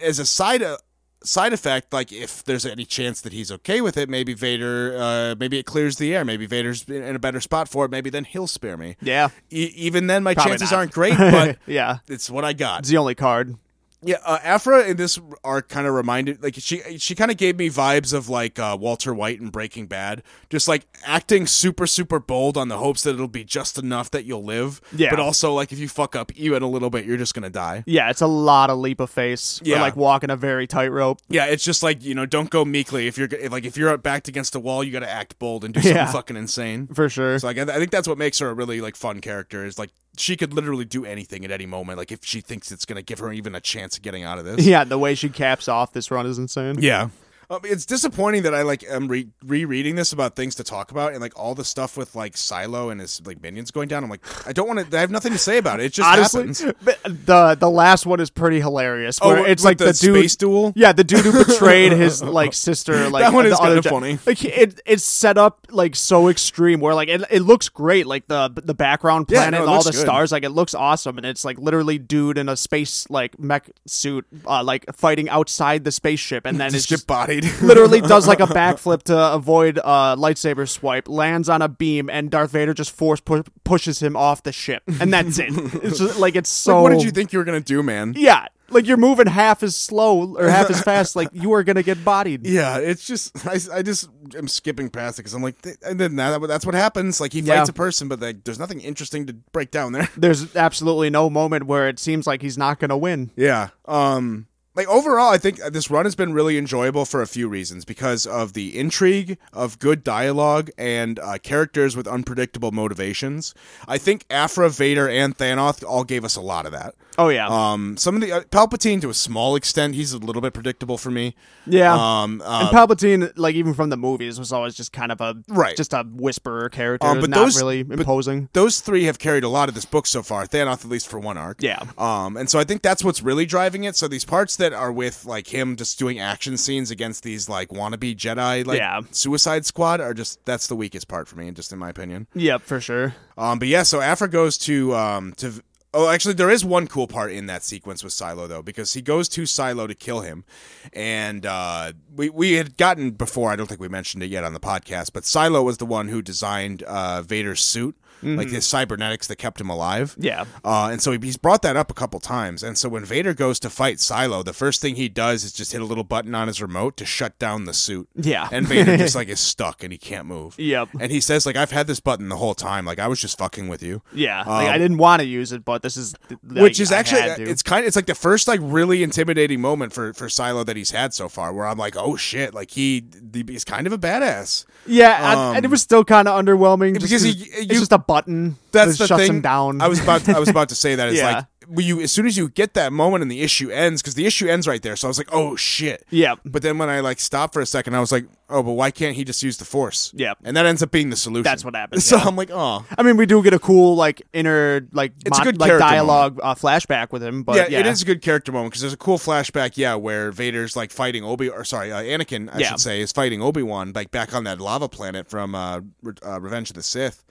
as a side uh, side effect, like if there's any chance that he's okay with it, maybe Vader, uh, maybe it clears the air. Maybe Vader's in a better spot for it. Maybe then he'll spare me. Yeah. E- even then, my Probably chances not. aren't great, but Yeah. it's what I got. It's the only card. Yeah, uh, Afra in this arc kind of reminded, like she she kind of gave me vibes of like uh, Walter White in Breaking Bad, just like acting super super bold on the hopes that it'll be just enough that you'll live. Yeah. but also like if you fuck up even a little bit, you're just gonna die. Yeah, it's a lot of leap of face. We're, Yeah. like walking a very tightrope. Yeah, it's just like you know, don't go meekly. If you're if, like if you're up backed against a wall, you got to act bold and do something Yeah. fucking insane. For sure. So like, I, I think that's what makes her a really like fun character. Is like she could literally do anything at any moment. Like if she thinks it's gonna give her even a chance of getting out of this. Yeah, the way she caps off this run is insane. Yeah. Um, it's disappointing that I like am re- rereading this about things to talk about and like all the stuff with like Silo and his like minions going down. I'm like, I don't want to. I have nothing to say about it. It just happens. Honestly, but the the last one is pretty hilarious. Oh, Where with- it's like with the, the dude, space duel? Yeah, the dude who betrayed his like sister. Like That one the is other kinda gen- funny. Like he- it, it's set up like so extreme. Where like it, it looks great. Like the the background Yeah, planet no, it and all looks the good. stars. Like it looks awesome. And it's like literally dude in a space like mech suit, uh, like fighting outside the spaceship. And then it's Just just get bodied. bodied. literally does like a backflip to avoid a lightsaber swipe, lands on a beam, and Darth Vader just force pu- pushes him off the ship, and that's it. It's just like it's so. what did you think you were gonna do, man? Yeah, like you're moving half as slow or half as fast. Like you are gonna get bodied. Yeah, it's just I, I just am skipping past it because I'm like, th- and then that, that's what happens. Like he Yeah. fights a person, but like there's nothing interesting to break down there. There's absolutely no moment where it seems like he's not gonna win. Yeah. Um like overall I think this run has been really enjoyable for a few reasons because of the intrigue of good dialogue and uh, characters with unpredictable motivations. I think Afra, Vader and Thanoth all gave us a lot of that. Oh yeah, Um some of the uh, Palpatine to a small extent, he's a little bit predictable for me. yeah. Um and uh, Palpatine, like even from the movies, was always just kind of a Right. just a whisperer character, Um, but not those- really but- imposing. those three have carried a lot of this book so far. Thanoth, at least for one arc. Yeah. Um, and so I think that's what's really driving it. So these parts that are with like him just doing action scenes against these like wannabe Jedi, like Yeah. Suicide Squad, are just that's the weakest part for me, just in my opinion. Yep, for sure. Um, but yeah, so Afra goes to um to. Oh, actually, there is one cool part in that sequence with Silo though, because he goes to Silo to kill him, and uh, we we had gotten before. I don't think we mentioned it yet on the podcast, but Silo was the one who designed uh, Vader's suit, like his cybernetics that kept him alive. Mm-hmm. Yeah. Uh, and so he- he's brought that up a couple times. And so when Vader goes to fight Silo, the first thing he does is just hit a little button on his remote to shut down the suit. Yeah. And Vader just like is stuck and he can't move. Yep. And he says like I've had this button the whole time. Like I was just fucking with you. Yeah, like, Um, I didn't want to use it, but this is th- Which like, is I actually had to. it's kind of it's like the first like really intimidating moment for for Silo that he's had so far where I'm like oh shit like he he's kind of a badass. yeah, I, and it was still kind of underwhelming just um, because 'cause you- it's you- just a button that's that the shuts thing. him down. I was about to, I was about to say that it's Yeah. like well, you as soon as you get that moment and the issue ends because the issue ends right there. So I was like, oh shit. Yep. But then when I like stopped for a second, I was like, oh, but why can't he just use the force? Yep. And that ends up being the solution. That's what happened, So yeah. I'm like, oh. I mean, we do get a cool like inner like It's a good like character dialogue uh, flashback with him, but Yeah, yeah, it is a good character moment because there's a cool flashback, yeah, where Vader's like fighting Obi, or sorry, uh, Anakin, I Yeah. should say, is fighting Obi Wan like back on that lava planet from uh, Re- uh, Revenge of the Sith,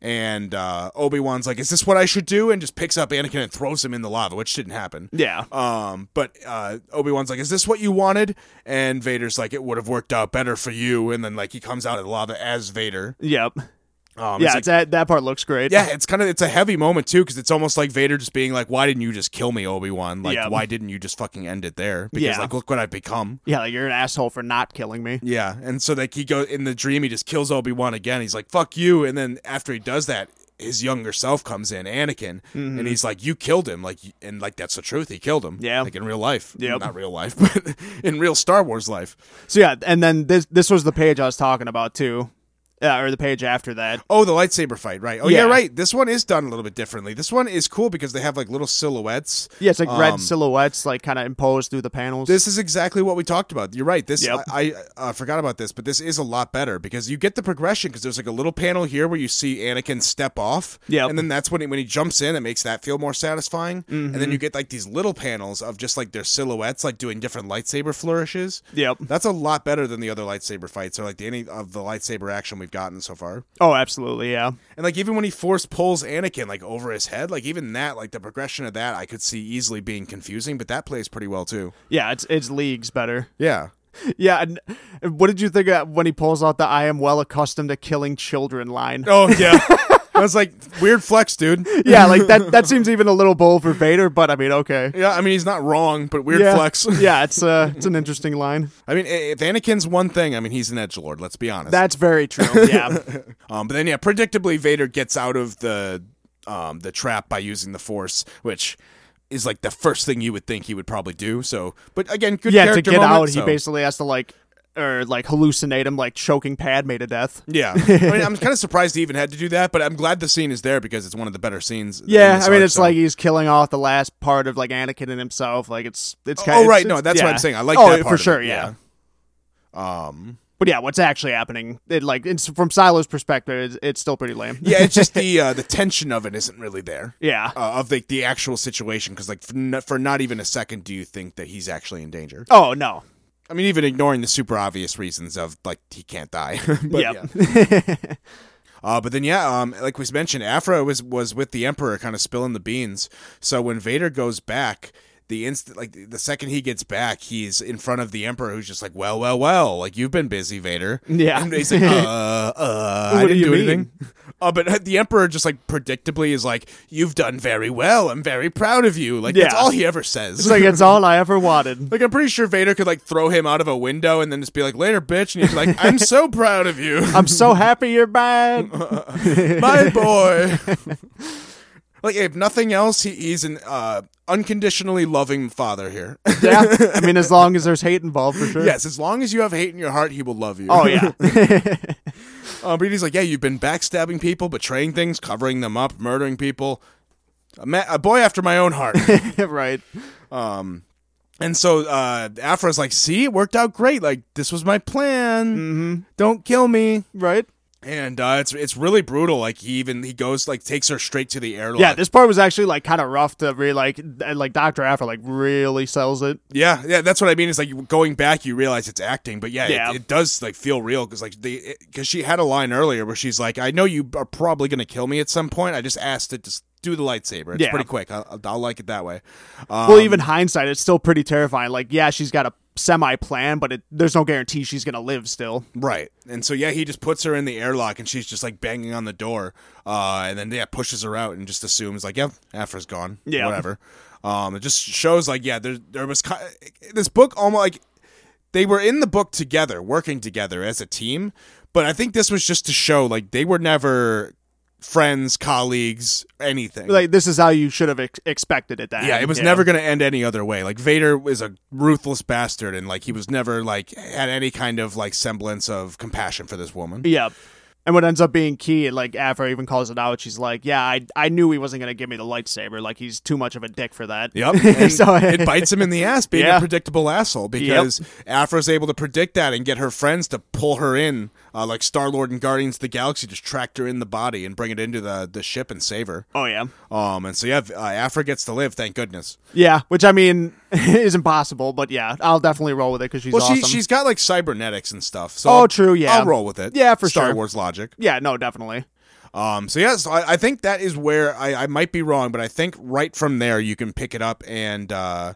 and uh, Obi Wan's like, "Is this what I should do?" and just picks up Anakin and throws him in the lava, which didn't happen. Yeah. Um, but uh, Obi Wan's like, "Is this what you wanted?" And Vader's like, "It would have worked out better for you." And then like he comes out of the lava as Vader. Yep. Um, it's yeah, like- it's that that part looks great. yeah, it's kind of it's a heavy moment too because it's almost like Vader just being like, "Why didn't you just kill me, Obi Wan? Like, Yeah. why didn't you just fucking end it there? Because Yeah. like, look what I've become." yeah, like, you're an asshole for not killing me. Yeah, and so like he goes in the dream, he just kills Obi Wan again. He's like, "Fuck you!" And then after he does that, his younger self comes in, Anakin, and he's like, "You killed him!" Like, y- and like that's the truth. He killed him. Mm-hmm. Yeah. like in real life. Yep. not real life, but in real Star Wars life. So yeah, and then this this was the page I was talking about too, yeah, or the page after that. Oh, the lightsaber fight, right? Oh, yeah. Yeah. right. This one is done a little bit differently. This one is cool because they have like little silhouettes. Yeah, it's like Um, red silhouettes, like kind of imposed through the panels. This is exactly what we talked about. You're right. This Yep. I, I uh, forgot about this, but this is a lot better because you get the progression because there's like a little panel here where you see Anakin step off, Yep. and then that's when he, when he jumps in, it makes that feel more satisfying. And Mm-hmm. then you get like these little panels of just like their silhouettes, like doing different lightsaber flourishes. Yep. That's a lot better than the other lightsaber fights or like the, any of the lightsaber action we've gotten so far. Oh, absolutely, yeah. And like even when he force pulls Anakin like over his head, like even that, like the progression of that, I could see easily being confusing, but that plays pretty well too. Yeah, it's it's leagues better. Yeah. Yeah, and what did you think of when he pulls out the "I am well accustomed to killing children" line? Oh yeah. I was like, weird flex, dude. Yeah, like that. That seems even a little bold for Vader, but I mean, okay. Yeah, I mean he's not wrong, but weird Yeah, flex. yeah, it's uh, it's an interesting line. I mean, i- if Anakin's one thing, I mean he's an edge lord. Let's be honest. That's very true. Yeah, um, but then yeah, predictably Vader gets out of the um the trap by using the Force, which is like the first thing you would think he would probably do. So, but again, good yeah. To character get moment, out, so- he basically has to like, or like hallucinate him, like choking Padme to death. Yeah, I mean, I'm kind of surprised he even had to do that, but I'm glad the scene is there because it's one of the better scenes. in Yeah, this I mean, arc, it's so- like he's killing off the last part of like Anakin and himself. Like it's it's kind. oh right, no, that's what I'm saying. I like oh, that part for of it, sure. yeah. yeah. Um, But yeah, what's actually happening? It like it's from Silo's perspective, it's, it's still pretty lame. yeah, it's just the uh, the tension of it isn't really there. yeah. Uh, of like the actual situation, because like for, n- for not even a second do you think that he's actually in danger. Oh no. I mean, even ignoring the super obvious reasons of like he can't die. but yeah. Yep. Uh, but then yeah, um, like we mentioned, Afra was was with the Emperor, kind of spilling the beans. So when Vader goes back, the instant like the second he gets back, he's in front of the emperor who's just like, "Well, well, well, like you've been busy, Vader." Yeah. And he's like, "Uh, uh, I What do didn't you do, mean? anything." Uh, but the emperor just like predictably is like, "You've done very well. I'm very proud of you." Like that's Yeah. all he ever says. It's like it's all I ever wanted. Like I'm pretty sure Vader could like throw him out of a window and then just be like, "Later, bitch," and he's like, "I'm so proud of you, I'm so happy you're back. my boy." like if nothing else, he, he's an uh, unconditionally loving father here. yeah. I mean, as long as there's hate involved, for sure. yes, as long as you have hate in your heart, he will love you. Oh yeah. Uh, but he's like, "Yeah, you've been backstabbing people, betraying things, covering them up, murdering people." A, ma- a boy after my own heart. right. And so uh, Afra's like, see, it worked out great. Like, this was my plan. Mm-hmm. Don't kill me. Right. and uh, it's it's really brutal. Like he even he goes like takes her straight to the airlock. Yeah. This part was actually like kind of rough to really like and, like Doctor Afra like really sells it. yeah, yeah. That's what I mean. It's like going back, you realize it's acting, but yeah, Yeah. It, it does like feel real because like the because she had a line earlier where she's like, "I know you are probably gonna kill me at some point. I just asked to just do the lightsaber. It's Yeah. pretty quick. I'll, I'll like it that way." Um, Well, even hindsight, it's still pretty terrifying. Like, yeah, she's got a semi plan, but it, there's no guarantee she's gonna live. Still. Right. And so yeah, he just puts her in the airlock and she's just like banging on the door. Uh and then yeah, pushes her out and just assumes like, yeah, Afra's gone. Yeah. Whatever. Um it just shows like yeah, there there was ki- this book almost like they were in the book together, working together as a team, but I think this was just to show like they were never friends, colleagues, anything. Like, this is how you should have ex- expected it. That. Yeah, it was never going to end any other way. Like Vader was a ruthless bastard, and like he was never like had any kind of like semblance of compassion for this woman. Yeah. And what ends up being key, like Afra even calls it out. She's like, "Yeah, I I knew he wasn't gonna give me the lightsaber. Like he's too much of a dick for that." Yep. And So- it bites him in the ass being Yeah. a predictable asshole because Afra's able to predict that and get her friends to pull her in, uh, like Star Lord and Guardians of the Galaxy just tracked her in the body and bring it into the, the ship and save her. Oh yeah. Um, and so yeah, uh, Afra gets to live, thank goodness. Yeah, which I mean is impossible, but yeah, I'll definitely roll with it because she's Well, awesome. she she's got like cybernetics and stuff. So Oh, I'll- true, yeah. I'll roll with it. Yeah, for Star sure. Wars logic. yeah, no, definitely. Um, so yeah, so I, I think that is where I, I might be wrong, but I think right from there you can pick it up and uh,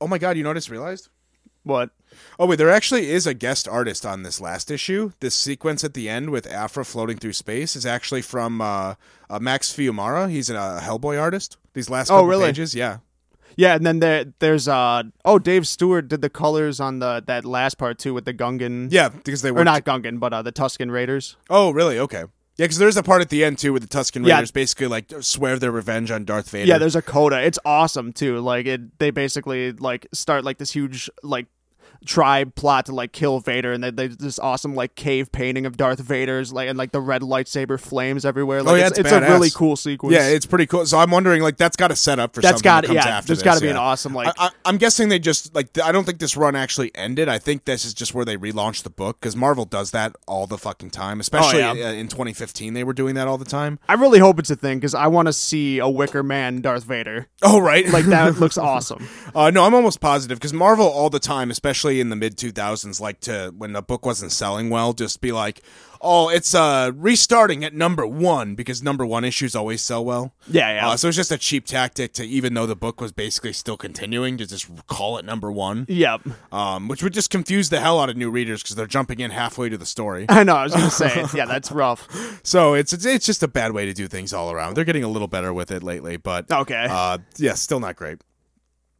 oh my god, you know what I just realized? What? Oh wait, there actually is a guest artist on this last issue. This sequence at the end with Afra floating through space is actually from uh, uh, Max Fiumara. He's a uh, Hellboy artist. These last Oh, couple really? pages, yeah. Yeah, and then there there's uh oh Dave Stewart did the colors on the that last part too with the Gungan Yeah, because they were or not Gungan but uh the Tuscan Raiders. Oh, really? Okay. Yeah, because there's a part at the end too with the Tuscan Yeah. Raiders basically like swear their revenge on Darth Vader. Yeah, there's a coda. It's awesome too. Like it they basically like start like this huge like tribe plot to like kill Vader and they, they this awesome like cave painting of Darth Vader's like and like the red lightsaber flames everywhere. Like Oh, yeah, it's, it's it's a really badass. cool sequence. yeah, it's pretty cool. So I'm wondering, like, that's got to set up for that's something that got comes yeah. after There's this, got to be yeah. an awesome like I, I, I'm guessing they just like th- I don't think this run actually ended. I think this is just where they relaunched the book because Marvel does that all the fucking time. Especially Oh, yeah. uh, in 2015, they were doing that all the time. I really hope it's a thing because I want to see a Wicker Man Darth Vader. Oh right, Like that looks awesome. uh, no, I'm almost positive because Marvel all the time, especially in the mid 2000s, like to when the book wasn't selling well, just be like, oh, it's uh restarting at number one because number one issues always sell well. Yeah, yeah. Uh, so it's just a cheap tactic to even though the book was basically still continuing to just call it number one. yep. um, which would just confuse the hell out of new readers because they're jumping in halfway to the story. I know. I was gonna say yeah. That's rough. so it's it's- it's just a bad way to do things all around. They're getting a little better with it lately, but Okay. uh, yeah, still not great.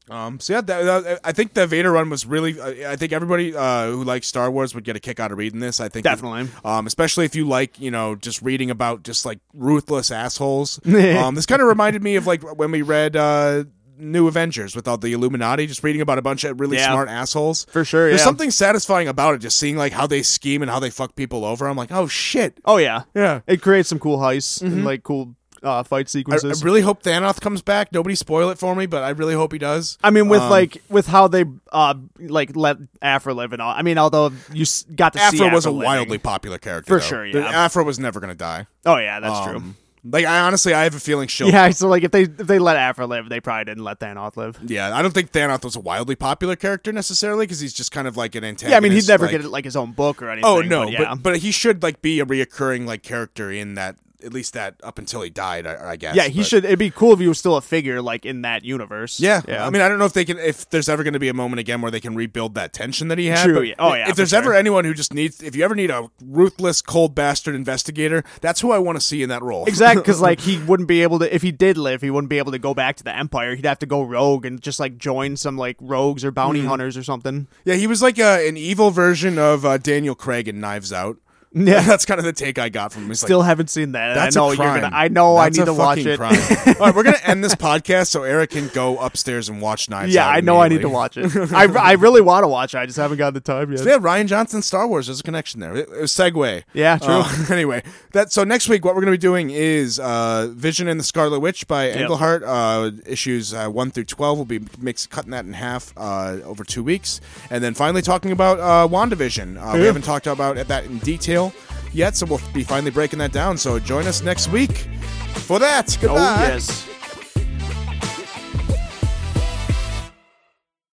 Um, so yeah, that, that- I think the Vader run was really. I I think everybody uh, who likes Star Wars would get a kick out of reading this. I think Definitely. um, especially if you like you know just reading about just like ruthless assholes. um, this kind of reminded me of like when we read. Uh, New Avengers with all the Illuminati, just reading about a bunch of really Yeah. smart assholes. For sure, There's yeah. something satisfying about it, just seeing like how they scheme and how they fuck people over. I'm like, oh shit. oh yeah. Yeah. Mm-hmm. It creates some cool heists and like cool uh, I, fight sequences. I really hope Thanoth comes back. Nobody spoil it for me, but I really hope he does. I mean, with Um, like with how they uh like let Afra live and all. I mean, although you s- got to see Afro was a living. wildly popular character For though. sure, The- yeah. Afro was never gonna die. Oh yeah, that's true. Um, Like I honestly, I have a feeling she'll. Yeah. Yeah, so like if they if they let Afra live, they probably didn't let Thanoth live. I don't think Thanoth was a wildly popular character necessarily because he's just kind of like an antagonist. Yeah, I mean he'd never like- get like his own book or anything. Oh no, but, yeah. but, but he should like be a reoccurring like character in that at least that up until he died. I, I guess. yeah, he but- should. It'd be cool if he was still a figure like in that universe. Yeah. I mean, I don't know if they can, if there's ever going to be a moment again where they can rebuild that tension that he had. True, but yeah. Oh, yeah, If for there's sure. ever anyone who just needs, if you ever need a ruthless, cold bastard investigator, that's who I want to see in that role. Exactly, because like he wouldn't be able to if he did live, he wouldn't be able to go back to the Empire. He'd have to go rogue and just like join some like rogues or bounty Hmm. hunters or something. Yeah, he was like uh an evil version of uh, Daniel Craig in Knives Out. Yeah. that's kind of the take I got from him. He's like, Still haven't seen that. and that's I know a crime. you're gonna. I know That's I need a to watch fucking it. crime. All right, we're gonna end this podcast so Eric can go upstairs and watch Knives yeah, Out. I know I need to immediately. watch it. I, I really want to watch it. I just haven't got the time yet. Yeah, Ryan Johnson, Star Wars. There's a connection there. It, it was segue. Yeah, true. Uh, anyway, that so next week what we're going to be doing is uh, Vision and the Scarlet Witch by Englehart. Uh, issues uh, one through twelve. We'll be mix cutting that in half uh, over two weeks, and then finally talking about uh, Wandavision. Uh, We haven't talked about that in detail yet, so we'll be finally breaking that down. So join us next week for that. Oh Goodbye. yes.